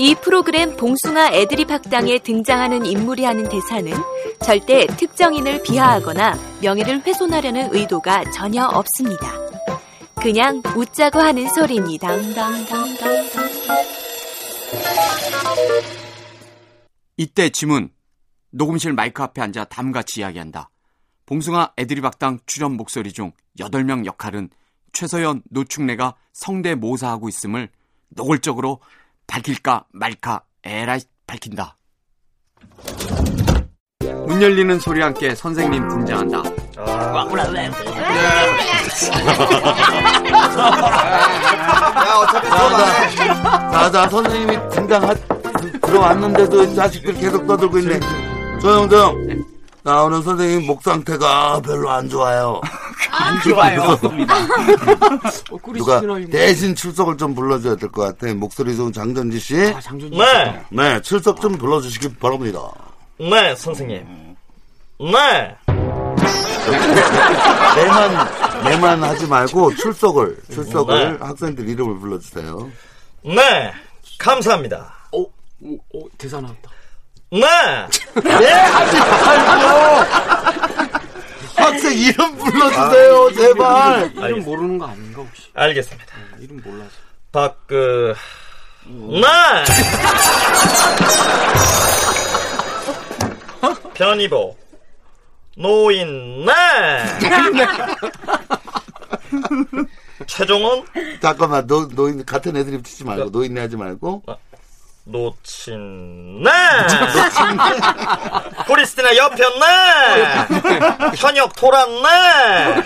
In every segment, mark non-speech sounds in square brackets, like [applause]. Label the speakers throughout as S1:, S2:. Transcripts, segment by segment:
S1: 이 프로그램 봉숭아 애드립 학당에 등장하는 인물이 하는 대사는 절대 특정인을 비하하거나 명예를 훼손하려는 의도가 전혀 없습니다. 그냥 웃자고 하는 소리입니다.
S2: 이때 지문 녹음실 마이크 앞에 앉아 담같이 이야기한다. 봉숭아 애드리박당 출연 목소리 중 8명 역할은 최서연 노충래가 성대 모사하고 있음을 노골적으로 밝힐까 말까 에라이 밝힌다. 문 열리는 소리 함께 선생님 등장한다.
S3: 야 어차피 들어가 자자 선생님이 등장하 들어왔는데도 이 자식들 계속 떠들고 있네 조용 조용 나 오늘 선생님 목 상태가 별로 안 좋아요 안 좋아요 누가
S4: 네?
S3: 대신 출석을 좀 불러줘야 될 것 같아 목소리 좋은 아, 장전지 씨
S5: 네,
S3: 네, 출석 좀 불러주시기 바랍니다
S5: 네, 선생님. 네,
S3: 내만 내만 하지 말고 출석을 출석을 학생들 이름을 불러주세요
S5: 네, 감사합니다.
S2: 오, 오, 오 어? 대사 나왔다.
S5: 네,
S3: 학생 이름 불러주세요 제발
S2: 이름 모르는 거 아닌가 혹시?
S5: 알겠습니다.
S2: 이름 몰라서.
S5: 박, 그, 네! 변이보, 노인, 네! 최종원,
S3: 잠깐만 너 노인 같은 애드립 치지 말고
S2: 그러니까-
S3: 노인네 하지 말고
S2: 어.
S3: 어,
S5: 놓친, 네! 크리스티나 옆편, 네! 현역 토란, 네!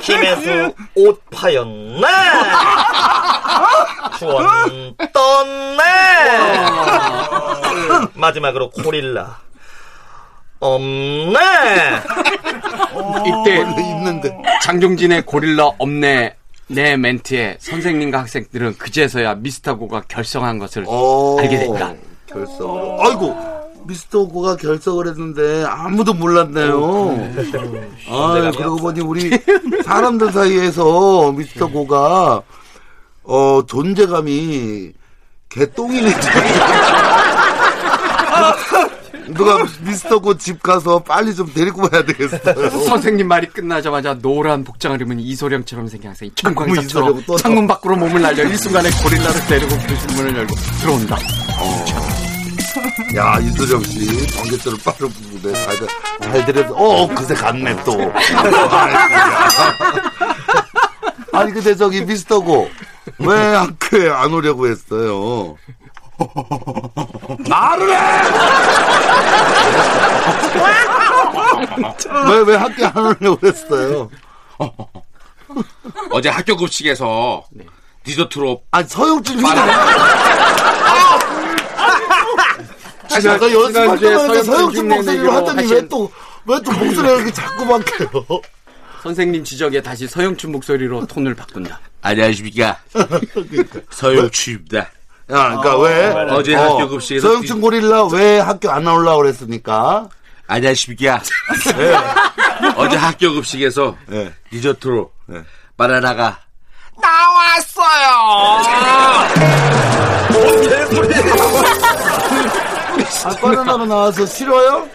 S5: 김혜수 옷파연, 네! 주원, 떤, 네! 마지막으로 고릴라, 없네!
S2: 이때
S3: 아, 있는데
S2: 장종진의 고릴라 없네 내 멘트에 선생님과 학생들은 그제서야 미스터고가 결성한 것을
S3: 어.
S2: 알게 됐다.
S3: 결석. 아이고 미스터 고가 결석을 했는데 아무도
S2: 어.
S3: 몰랐네요. 아 그러고 보니 우리 사람들 사이에서 미스터 고가 어 존재감이
S2: [laughs]
S3: 개똥이네. 누가 미스터 고 집 가서 빨리 좀 데리고 와야 되겠어요.
S2: 선생님 말이 끝나자마자 노란 복장을 입은 이소령처럼 생긴 학생이
S3: 이소령
S2: 김광석처럼
S3: 또
S2: 창문 밖으로 몸을
S3: [laughs]
S2: 날려 일순간에 고릴라를 데리고 교실문을 열고 들어온다.
S3: 야 이소정 씨 번개처럼 빠르고 내 잘들 잘 들여서 어 그새 갔네 또. 아니 근데 저기 미스터고 왜 학교에 안 오려고 했어요? 말을 해! 왜, 왜 학교 안 오려고 했어요?
S6: 어제 학교 급식에서
S2: 네.
S6: 디저트로
S3: 아니, 서영준 씨. 아! 아니, 아까 연습할
S2: 지난주에
S3: 때만 해도
S2: 서영준
S3: 서영준
S2: 흉내
S3: 목소리로
S2: 내기로
S3: 하더니
S2: 하신-
S3: 왜 또, 왜 또 목소리가 이렇게 자꾸 바뀌어요?
S2: 선생님 지적에 다시 서영춘 목소리로 톤을 바꾼다.
S6: 안녕하십니까
S3: 그러니까.
S6: 서영추입니다.
S3: 야, 그러니까 왜
S6: 어제 학교 급식에서
S3: 서영춘
S6: 뛰-
S3: 고릴라 왜 학교 안 나오려고 그랬습니까?
S6: 안녕하십니까 네. 어제 학교 급식에서
S3: 네.
S6: 디저트로
S3: 네.
S6: 바나나가 나왔어요.
S3: 아, 바나나로 나와서
S6: [laughs]
S3: 싫어요?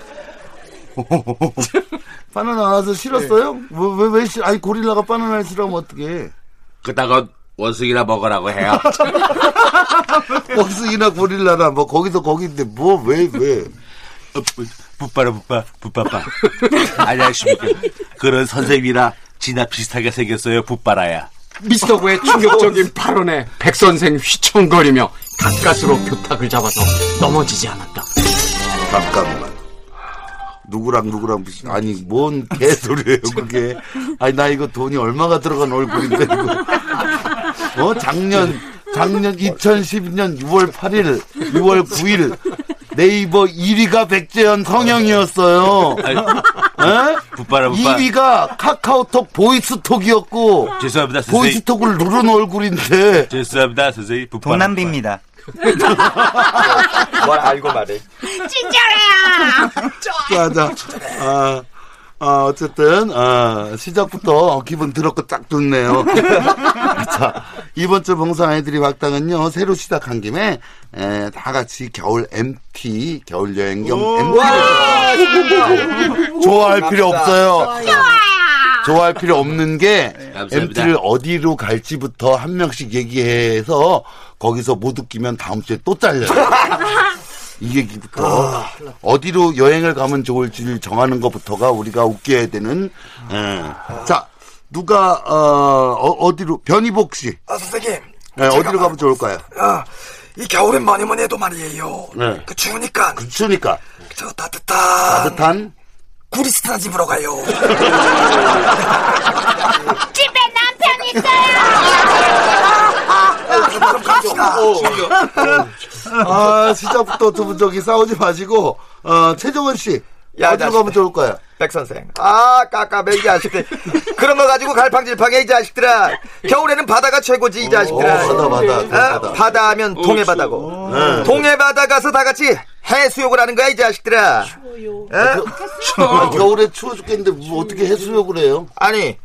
S3: 바나나 나와서 싫었어요?
S6: 네.
S3: 뭐, 왜, 왜, 왜 싫어? 아니, 고릴라가 바나나를 싫어하면 어떡해.
S6: 그따가 원숭이나 먹으라고 해요.
S3: 원숭이나 고릴라나, 뭐, 거기서 거기인데, 뭐, 왜, 왜. 붓바라 붓바 붓바빠 안녕하십니까 그런 선생님이라 진아 비슷하게 생겼어요 붓바라야
S2: 미스터 구의 충격적인 발언에 백 선생 휘청거리며 가까스로 교탁을 잡아서 넘어지지 않았다.
S3: 잠깐만 누구랑 누구랑 무슨 아니 뭔
S7: [laughs]
S3: 개소리예요 그게 아니 나 이거 돈이 얼마가 들어간 얼굴인데 이거 어 작년 작년 2012년 6월 8일 6월 9일 네이버 1위가 백재현 성형이었어요 에?
S7: 붓바라 붓바
S3: 2위가 카카오톡 보이스톡이었고
S7: 죄송합니다 선생님
S3: 보이스톡을 누른 얼굴인데
S7: 죄송합니다 선생님 붓바라
S8: 동남비입니다.
S5: 뭘뭐 알고 말해.
S3: 맞아. 아, 아, 어쨌든, 아, 시작부터 기분 더럽고 딱 좋네요. [laughs] 자, 이번 주 봉사 아이들이 막당은요, 새로 시작한 김에, 에, 다 같이 겨울 MT, 겨울 여행 겸 MT. 좋아할 필요 없어요. 좋아할 필요 없는 게
S6: 감사합니다.
S3: MT를 어디로 갈지부터 한 명씩 얘기해서 거기서 못 웃기면 다음 주에 또 [laughs] 잘려요. 이 얘기부터 어디로 여행을 가면 좋을지를 정하는 것부터가 우리가 웃겨야 되는 예. 자 누가 어, 디로 변희복 씨
S9: 아, 선생님.
S3: 예, 어디로 가면 좋을까요?
S9: 아, 이 겨울엔 많이만 해도 말이에요.
S3: 네.
S9: 그 추우니까
S3: 그러니까
S9: 저 따뜻한
S3: 따뜻한
S9: 구리스탄 집으로 가요.
S10: 집에 남편 있어요.
S9: 그럼 갑시다.
S3: 아 시작부터 두 분 저기 싸우지 마시고 어, 최종원 씨
S9: 야,
S3: 어디로
S9: 나
S3: 가면 좋을까요?
S9: 백선생. 아, 까까매, 이 자식들. 그런 거 가지고 갈팡질팡해, 이 자식들아. 겨울에는 바다가 최고지, 이 자식들아.
S3: 오, 바다, 바다,
S9: 어?
S3: 바다. 네.
S9: 바다 하면 동해바다고. 동해바다 가서 다 같이 해수욕을 하는 거야, 이 자식들아. 어?
S3: 아, 겨울에 추워 죽겠는데 뭐 어떻게 해수욕을 해요?
S9: 아니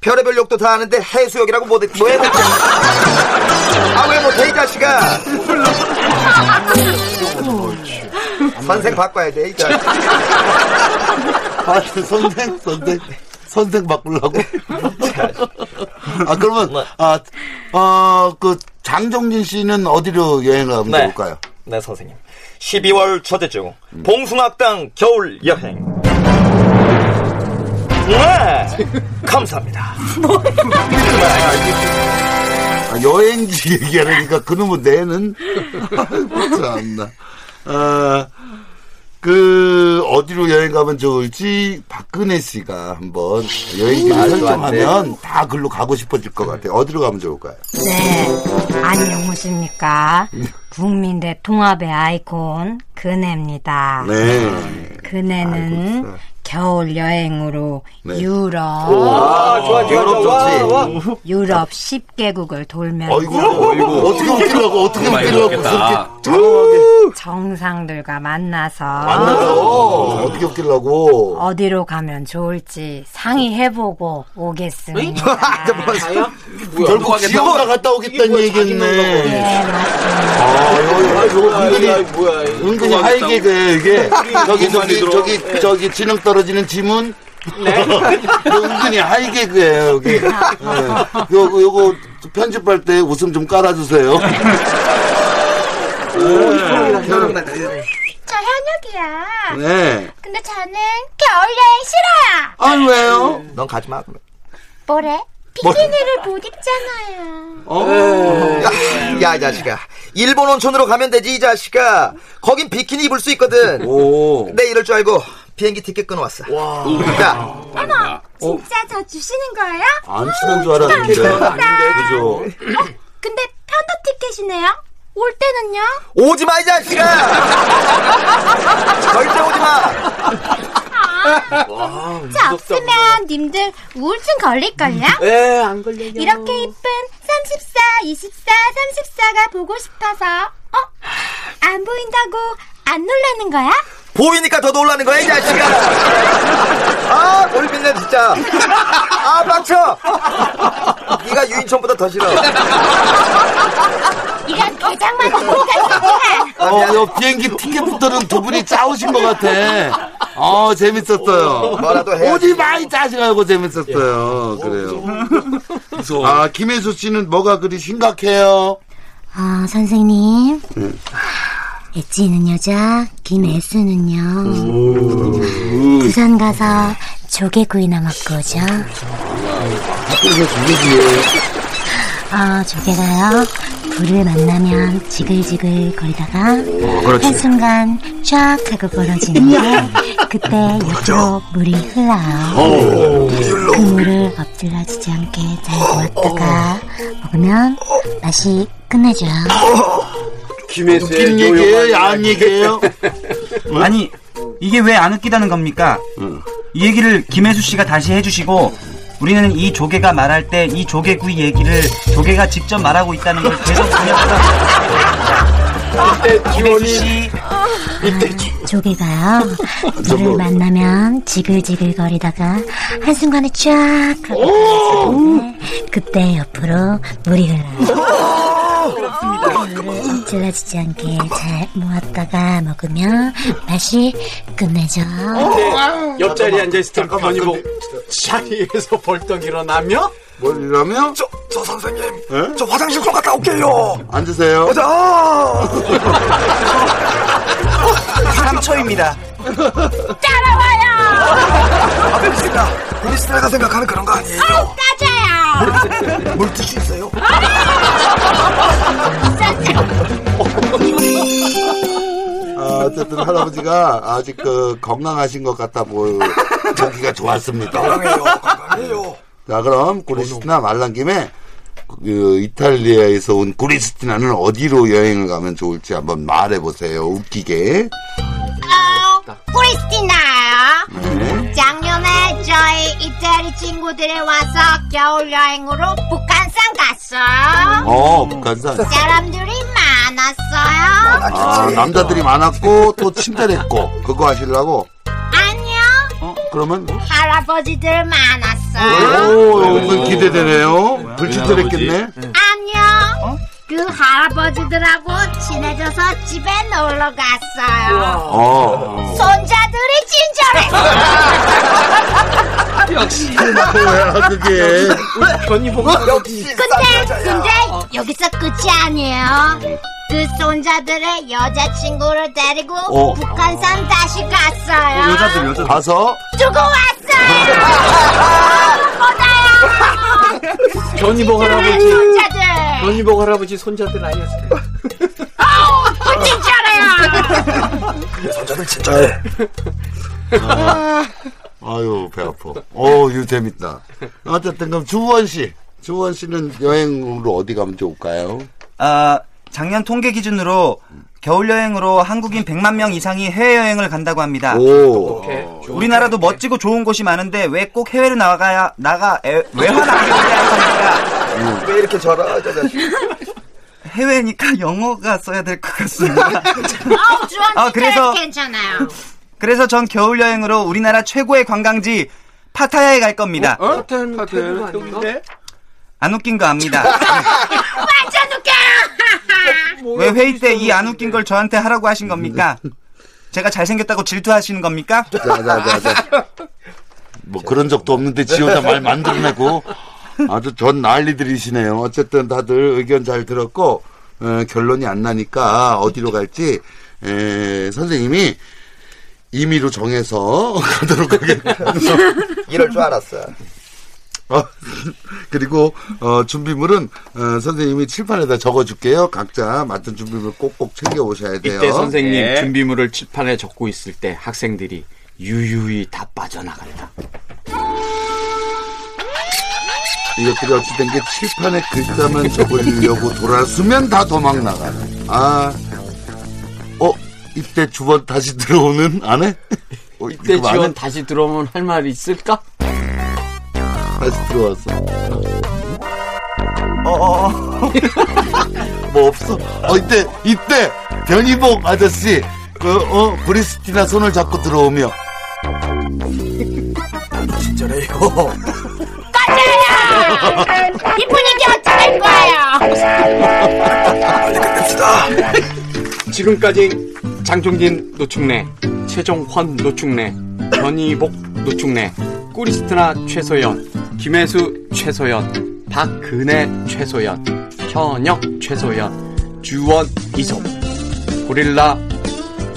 S9: 별의별 욕도 다 하는데 해수욕이라고 못해 뭐해 아왜 못해 이 자식아 선생 바꿔야 돼이 자식
S3: 아, 선생, 선생, 선생 바꾸려고? 아,
S6: 뭐.
S3: 그러면, 아, 어, 그, 장정진 씨는 어디로 여행을 가면
S5: 네.
S3: 좋을까요?
S5: 네, 선생님. 12월 첫째 주 봉숭악당 겨울 여행. 네, 감사합니다.
S3: 아, 여행지 [laughs] 얘기하니까 그놈의 내는? 아이고, 참나. 아, 그, 어디로 여행 가면 좋을지 박근혜 씨가 한번
S6: 음,
S3: 여행지를 설정하면 다 글로 가고 싶어질 것 같아요. 어디로 가면 좋을까요?
S10: 네, 안녕하십니까.
S3: 네.
S10: 국민대 통합의 아이콘 그네입니다.
S3: 네.
S10: 그네는 겨울 여행으로
S3: 네.
S10: 유럽,
S9: 아 좋아 좋아
S3: 유럽 좋지.
S10: 유럽 10개국을 돌면서
S3: 아이고, 어떻게 웃기려고, 어떻게
S6: 많이
S3: 웃기려고.
S6: 먹겠다.
S3: 그렇게 장황하게.
S10: 정상들과 만나서
S3: 만나서 어떻게 웃기려고
S10: 어디로 가면 좋을지 상의해보고
S3: [laughs]
S10: 오겠습니다.
S3: 아, 뭐, 결국
S6: 가겠다고?
S3: 지호가 갔다 오겠다는 얘기였네
S10: 네, 맞습니다.
S3: 아 이거 이거 은근히 은근히 하이게 돼 이게 저기 저기 저기 저기 지능 떨어지는 지문 네. 이거 [laughs] 은근히 하이게 그예요 여기 네. 요거 요거 편집할 때 웃음 좀 깔아주세요
S10: 저 현욱이야.
S3: 네아
S10: 근데 저는 겨울 여행 싫어요.
S3: 왜요
S9: 넌 가지마
S10: 뭐래? 비키니를 못 입잖아요.
S9: 어.
S5: 네.
S9: 야이 자식아 일본 온천으로 가면 되지 이 자식아 거긴 비키니 입을 수 있거든 내 이럴 줄 알고 비행기 티켓 끊어왔어 야
S10: 어머, 진짜 저 주시는 거예요?
S3: 안 친한 줄 알았는데 그죠
S10: 근데 편도 티켓이네요. 올 때는요?
S9: 오지마 이 자식아 절대 오지마
S10: 저 없으면 님들 우울증 음, 네, 걸릴걸요? 이렇게 이쁜 34, 24, 34가 보고 싶어서 어? 안 보인다고 안 놀라는 거야?
S9: 보이니까 더 놀라는 거야, 이 자식아! 아, 골빈네, 진짜. 아, 빡쳐! 네가 유인천보다 더 싫어.
S10: 이런 게장만 보니까
S3: 어, 요 비행기 티켓부터는 두 분이 짜오신 것 같아. 어, 재밌었어요.
S9: 뭐라도 해야지. 예.
S3: 오지 마, 이 짜증 하고 재밌었어요. 그래요. 아, 김혜수 씨는 뭐가 그리 심각해요? 네.
S10: 아, 선생님.
S11: 엣지는 여자,
S3: 음.
S11: 김에스는요. 부산 가서 조개구이나 먹고 오죠.
S3: 학교에서 조개구이.
S11: 어, 조개가요. 불을 만나면 지글지글 거리다가
S3: 어, 그렇지.
S11: 한순간 쫙 하고 벌어지는데 그때 옆으로 물이
S3: 어.
S11: 흘러요. 그 물을 엎질러지지 않게 잘
S3: 어.
S11: 모았다가 먹으면 맛이 끝내줘요.
S6: 김혜수의
S3: 웃긴
S6: 요요한
S3: 얘기예요? 야한
S6: [laughs]
S3: 얘기예요?
S4: 아니 이게 왜 안 웃기다는 겁니까? 이 얘기를 김혜수 씨가 다시 해주시고 우리는 이 조개가 말할 때 이 조개구이 얘기를 조개가 직접 말하고 있다는 걸 계속
S6: 이때
S4: 김혜수 씨
S11: 조개가요. 물을 만나면 지글지글 거리다가 한순간에 쫙 하고 벌어지는데 그때 옆으로 물이 흘러요. 물을 질러지지 않게 잘 모았다가 먹으면 맛이 끝내죠.
S6: 옆자리에 앉아있을 때 변이복 자리에서 벌떡 일어나며
S3: 뭘 이러며?
S9: 저, [laughs] 저 선생님.
S7: 네?
S9: 저 화장실 좀 갔다 올게요.
S3: 앉으세요.
S9: 아!
S4: 상처입니다.
S9: 따라와요. 아닙니다. 우리 스타일가 생각하는 그런 거 아니에요.
S10: 맞아요.
S9: 물 드시 있어요?
S3: 아, 어쨌든 할아버지가 아직 그 건강하신 것 같아 보여. 보기가 좋았습니다. 건강해요,
S9: 건강해요.
S3: 자, 그럼 구리스티나 말란 김에 그 이탈리아에서 온 구리스티나는 어디로 여행을 가면 좋을지 한번 말해보세요. 웃기게.
S10: 크리스티나요.
S3: 네.
S10: 작년에 저희 이태리 친구들이 와서 겨울 여행으로 북한산 갔어요.
S3: 어, 북한산.
S10: 사람들이 많았어요.
S3: 아, 남자들이 많았고, 또 침대랬고, 그거 하시려고?
S10: 아니요.
S3: 어? 그러면?
S10: 할아버지들 많았어요.
S3: 오, 은근 기대되네요. 불침대랬겠네?
S10: 아니요.
S6: 어?
S10: 그 할아버지들하고 친해져서 집에 놀러 갔어요.
S3: 어.
S6: [laughs]
S10: 손자들이 친절해.
S3: 역시. 뭐야, 그게. [laughs]
S6: 변이복
S10: 근데 근데 여기서 끝이 아니에요. 그 손자들의 여자친구를 데리고
S3: 어.
S10: 북한산 다시
S6: 그
S10: 갔어요.
S3: 여자들. 가서?
S10: 두고
S6: [laughs]
S10: 왔어요. 보다요.
S6: 변이복 할아버지
S10: 손자들.
S6: 변이복 할아버지 손자들 아니었어
S10: 어, 친절해요.
S3: 손자들 진짜해. 아. 아유, 배 아파. 어, 이거 재밌다. 어쨌든 그럼 주원 씨. 주원 씨는 여행으로 어디 가면 좋을까요?
S4: 아, 작년 통계 기준으로 겨울 여행으로 한국인 100만 명 이상이 해외 여행을 간다고 합니다.
S3: 오.
S4: 우리나라도 멋지고 좋은 곳이 많은데 왜 꼭 해외로 나가야 나가 에, 왜
S9: 왜 이렇게 저라, 저 자식.
S4: 해외니까 영어가 써야 될 것 같습니다.
S10: 아우 어, 주원
S4: 아, 그래서-
S10: 괜찮아요.
S4: 그래서 전 겨울 여행으로 우리나라 최고의 관광지 파타야에 갈 겁니다.
S6: 어? 파타야는 태국 아닌가?
S4: 안 웃긴 거 압니다.
S10: [laughs] 완전 웃겨.
S6: 어,
S4: 왜 회의 때 이 안 웃긴 걸 저한테 하라고 하신 겁니까? 제가 잘생겼다고 질투하시는 겁니까?
S3: 자자자자. 뭐 그런 적도 없는데 지호자 말 만들어내고 아주 전 난리들이시네요. 어쨌든 다들 의견 잘 들었고 에, 결론이 안 나니까 어디로 갈지 에, 선생님이 임의로 정해서 [laughs] 가도록 하겠습니다.
S9: 이럴 줄 알았어.
S3: 어, 그리고 어, 준비물은 어, 선생님이 칠판에다 적어줄게요. 각자 맡은 준비물 꼭꼭 챙겨 오셔야 돼요.
S2: 이때 선생님
S3: 네.
S2: 준비물을 칠판에 적고 있을 때 학생들이 유유히 다 빠져나간다.
S3: 이것들이 어찌된 게 칠판에 글자만 적으려고 돌아서면 다 도망 나가. 아, 어, 이때 주번 다시 들어오는 아내? 어,
S2: 이때
S3: 이거 아내
S2: 지원 다시 들어오면 할 말이 있을까?
S3: 다시 들어왔어. 어, 어, 어. [laughs] 뭐 없어? 어, 이때, 이때, 변희복 아저씨, 그, 어, 브리스티나 손을 잡고 들어오며. 진짜래요.
S10: 맞아요. 이 분위기 어쩌는 거예요.
S2: 지금까지 장종진 노충래, 최종헌 노충래, 변희복 노충래, 꾸리스트나 최소연, 김혜수 최소연, 박근혜 최소연, 현역 최소연, 주원 이섭. 고릴라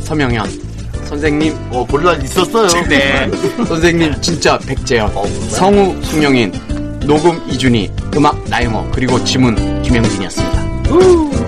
S2: 서명현 선생님
S3: 어 고릴라 있었어요
S2: 네 선생님 진짜 백재현 성우 송영인 녹음 이준희 음악 나영호 그리고 지문 김영진이었습니다
S3: 후.